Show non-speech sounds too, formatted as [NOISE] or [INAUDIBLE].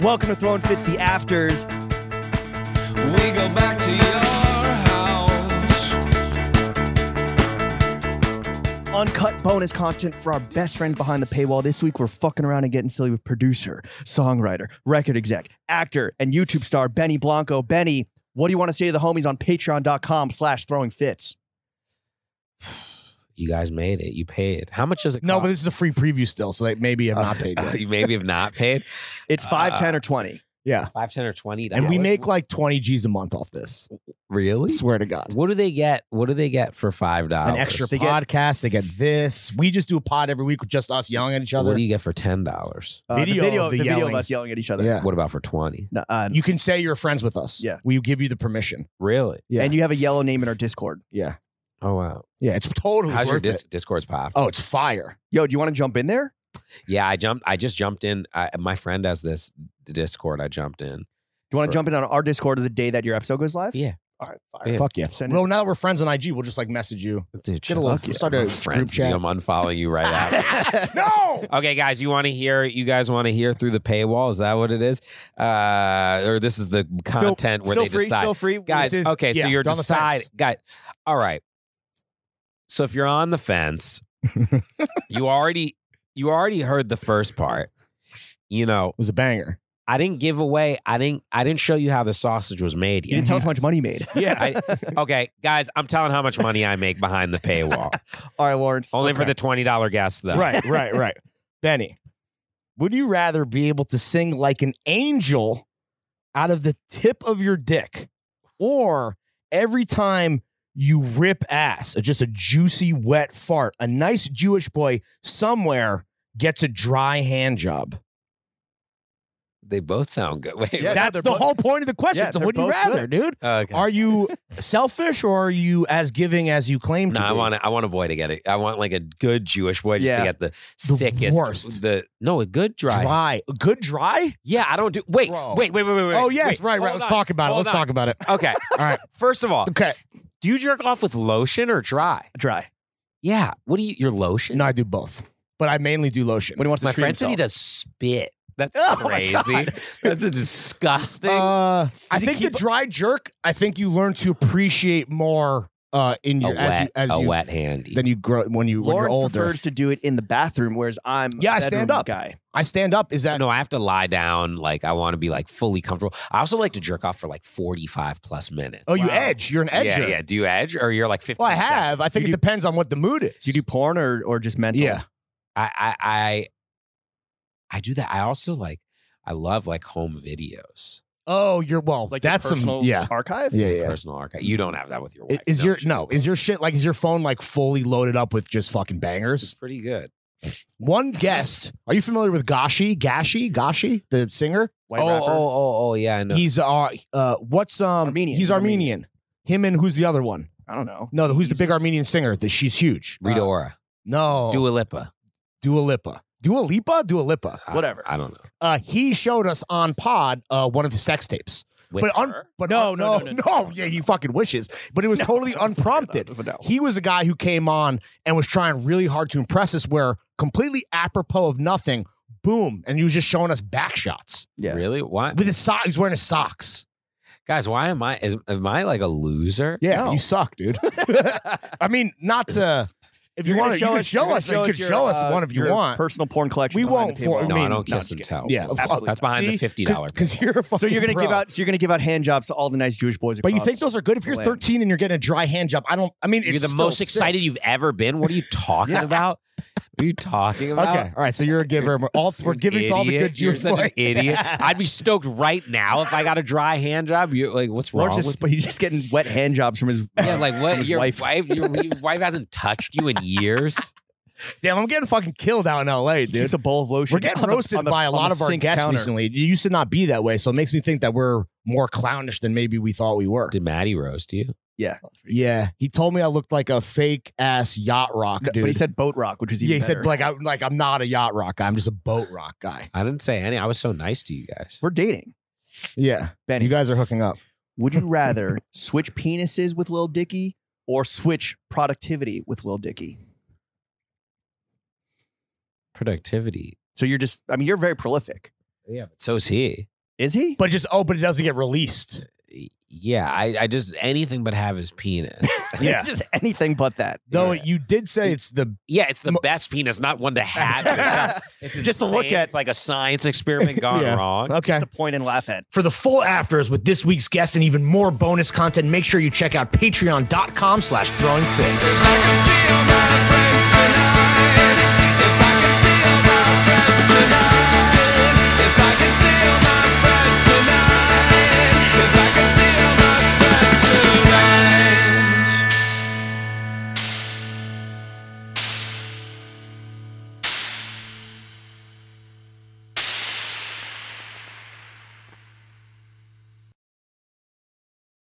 Welcome to Throwing Fits the Afters. We go back to your house. Uncut bonus content for our best friends behind the paywall. This week, we're fucking around and getting silly with producer, songwriter, record exec, actor, and YouTube star Benny Blanco. Benny, what do you want to say to the homies on patreon.com slash throwing fits? You guys made it. You paid. How much does it? No, cost? but this is a free preview still, so they maybe have Uh, not paid [LAUGHS] [LAUGHS] yet. you maybe have not paid [LAUGHS] It's five, Uh, ten, or 20. Yeah. five, ten, or twenty. And we dollars? make like 20 G's a month off this. really. Swear to God. What do they get? What do they get for five dollars? An extra They get- podcast. They get this. We just do a pod every week with just us yelling at each What other. do you get for ten dollars? Uh, the Video video, of the the video of yelling. us yelling at each other. yeah. What about for twenty? No, uh, You can say you're friends with us. Yeah. We give you the permission. Really? Yeah. And you have a yellow name in our Discord. yeah. Oh wow! Yeah. It's totally How's your worth dis- it. Discord's pop? Oh, it's fire. Yo, do you want to jump in there? Yeah, I jumped. I just jumped in. I, my friend has this Discord. I jumped in. Do you want For- to jump in on our Discord of the day that your episode goes live? Yeah. All right, fire. Yeah. Fuck yeah. Send it. Well, now that we're friends on IG, we'll just like [LAUGHS] message you. [LAUGHS] Dude, Get a shut little- up. we'll start a I'm group friends with chat. you. I'm unfollowing you [LAUGHS] right now. no. Okay, guys, you want to hear? You guys want to hear through the paywall? Is that what it is? Uh, or this is the Still- content where Still they free, decide? still free. guys. This is- okay, yeah, so you're down the fence. deciding, guys. All right. So if you're on the fence, you already you already heard the first part. You know, It was a banger. I didn't give away. I didn't. I didn't show you how the sausage was made. You didn't Yet. tell us how much money you made. Yeah. I, okay, guys, I'm telling how much money I make behind the paywall. All right, Lawrence. Only for Okay. the twenty dollar guests, though. [LAUGHS] Right, right, right. Benny, would you rather be able to sing like an angel out of the tip of your dick or every time you rip ass, just a juicy, wet fart, a nice Jewish boy somewhere gets a dry hand job? They both sound good. Wait. Yeah, what- That's they're the both- whole point of the question. Yeah, so they're would you both rather, dude? Okay. Are you selfish or are you as giving as you claim to No, be? I want a, I want a boy to get it. I want like a good Jewish boy just Yeah. to get the, sickest, worst. The no, a good dry. dry. A good dry? Yeah, I don't do. Wait, Bro. wait, wait, wait, wait. wait. oh, yes, Wait, right, right. hold Let's on, talk about it. hold Let's on. talk about it. [LAUGHS] Okay, All right. first [LAUGHS] of all, Okay. do you jerk off with lotion or dry? Dry. Yeah. What do you? Your lotion? No, I do both, but I mainly do lotion. When he wants to My treat friend said he himself. does spit. That's [LAUGHS] Oh my crazy. That's a disgusting. Uh, I Does it think keep- the dry jerk. I think you learn to appreciate more uh, in a your as you, wet, as a you wet handy. than you grow when you when you're Lawrence older. prefers to do it in the bathroom, whereas I'm Yeah, I a bedroom stand up. guy. I stand up. Is that no, I have to lie down. Like I want to be like fully comfortable. I also like to jerk off for like forty-five plus minutes. Oh, you Wow. edge. You're an edger. Yeah, yeah. Do you edge or you're like fifty? Well, I have. I think You it do- depends on what the mood is. Do you do porn or, or just mental? Yeah. I I I I do that. I also like I love like home videos. Oh, you're well. Like your that's some. personal Yeah. archive? Yeah. like, Yeah. Personal archive. You don't have that with your I- wife. Is your she- no? Is your shit like? Is your phone like fully loaded up with just fucking It's bangers? pretty good. One guest. Are you familiar with Gashi? Gashi? Gashi, the singer. White oh, rapper? oh, oh, oh, yeah, I know. He's uh, uh what's um Armenian. he's He's Armenian. Armenian. Him and who's the other one? I don't know. No, who's the He's- big Armenian singer? That she's huge. Rita Uh, Ora, no. Dua, Dua Lipa. Dua Lipa. Dua Lipa? Dua Lipa. I- Whatever. I, don't know. Uh, he showed us on pod uh, one of his sex tapes. With but un- her? but No, un- no, no, no, Yeah, he fucking wishes. But it [LAUGHS] was No. totally unprompted. But no. He was a guy who came on and was trying really hard to impress us where completely apropos of nothing, boom, and he was just showing us back shots. Yeah. [LAUGHS] Really? Why, With his sock, he's wearing his socks. guys? Why am I? Is, am I like a loser? Yeah, No. you suck, dude. I mean, not to. If you You're gonna want to, you show can us- show you're gonna us. You can your, show us uh, one if you your want. Personal porn collection. We behind won't the for- paywall. No, mean, I don't no, kiss I'm and just tell. Yeah, of That's- course. That's behind the See? fifty dollar. [LAUGHS] because you're a fucking. So you're gonna pro. give out. So you're gonna give out hand jobs to all the nice Jewish boys. but you across think those are good if you're the land. 13 and you're getting a dry hand job. I don't. I mean, You're it's the still most sick. excited you've ever been. What are you talking about? What are you talking about? Okay, all right. So you're a giver. We're All we're giving it to all the good Idiot. You're Jewish such an boys. [LAUGHS] idiot. I'd be stoked right now if I got a dry hand job. You're like, what's wrong Lawrence is, with but [LAUGHS] he's just getting wet hand jobs from his. yeah, like [LAUGHS] from [LAUGHS] what? his Your wife. wife, your, your wife hasn't touched you in years. Damn, I'm getting fucking killed out [LAUGHS] in L.A., He keeps dude. a bowl of lotion. We're [LAUGHS] getting on the- roasted on the- by a on the lot of our sink guests counter. recently. It used to not be that way, so it makes me think that we're more clownish than maybe we thought we were. Did Maddie roast you? Yeah, he told me I looked like a fake ass yacht rock No, dude. But he said boat rock, which was even yeah, he better. said like I like I'm not a yacht rock guy. I'm just a boat rock guy. I didn't say any. I was so nice to you guys. we're dating. Yeah, Benny, you guys are hooking up. would [LAUGHS] you rather switch penises with Lil Dicky or switch productivity with Lil Dicky? Productivity. So you're just, I mean, you're very prolific. Yeah, but so is he. Is he? [LAUGHS] But just oh, but it doesn't get released. Yeah, I, I just anything but have his [LAUGHS] penis. Yeah. Just anything but that. Though [LAUGHS] Yeah. you did say it's the yeah, it's the Mo- best penis, not one to [LAUGHS] have. It's Just to look insane. at. it's like a science experiment gone Yeah. wrong. okay. Just to point and laugh at. For the full afters with this week's guest and even more bonus content, make sure you check out patreon.com slash growing things. I can see all my friends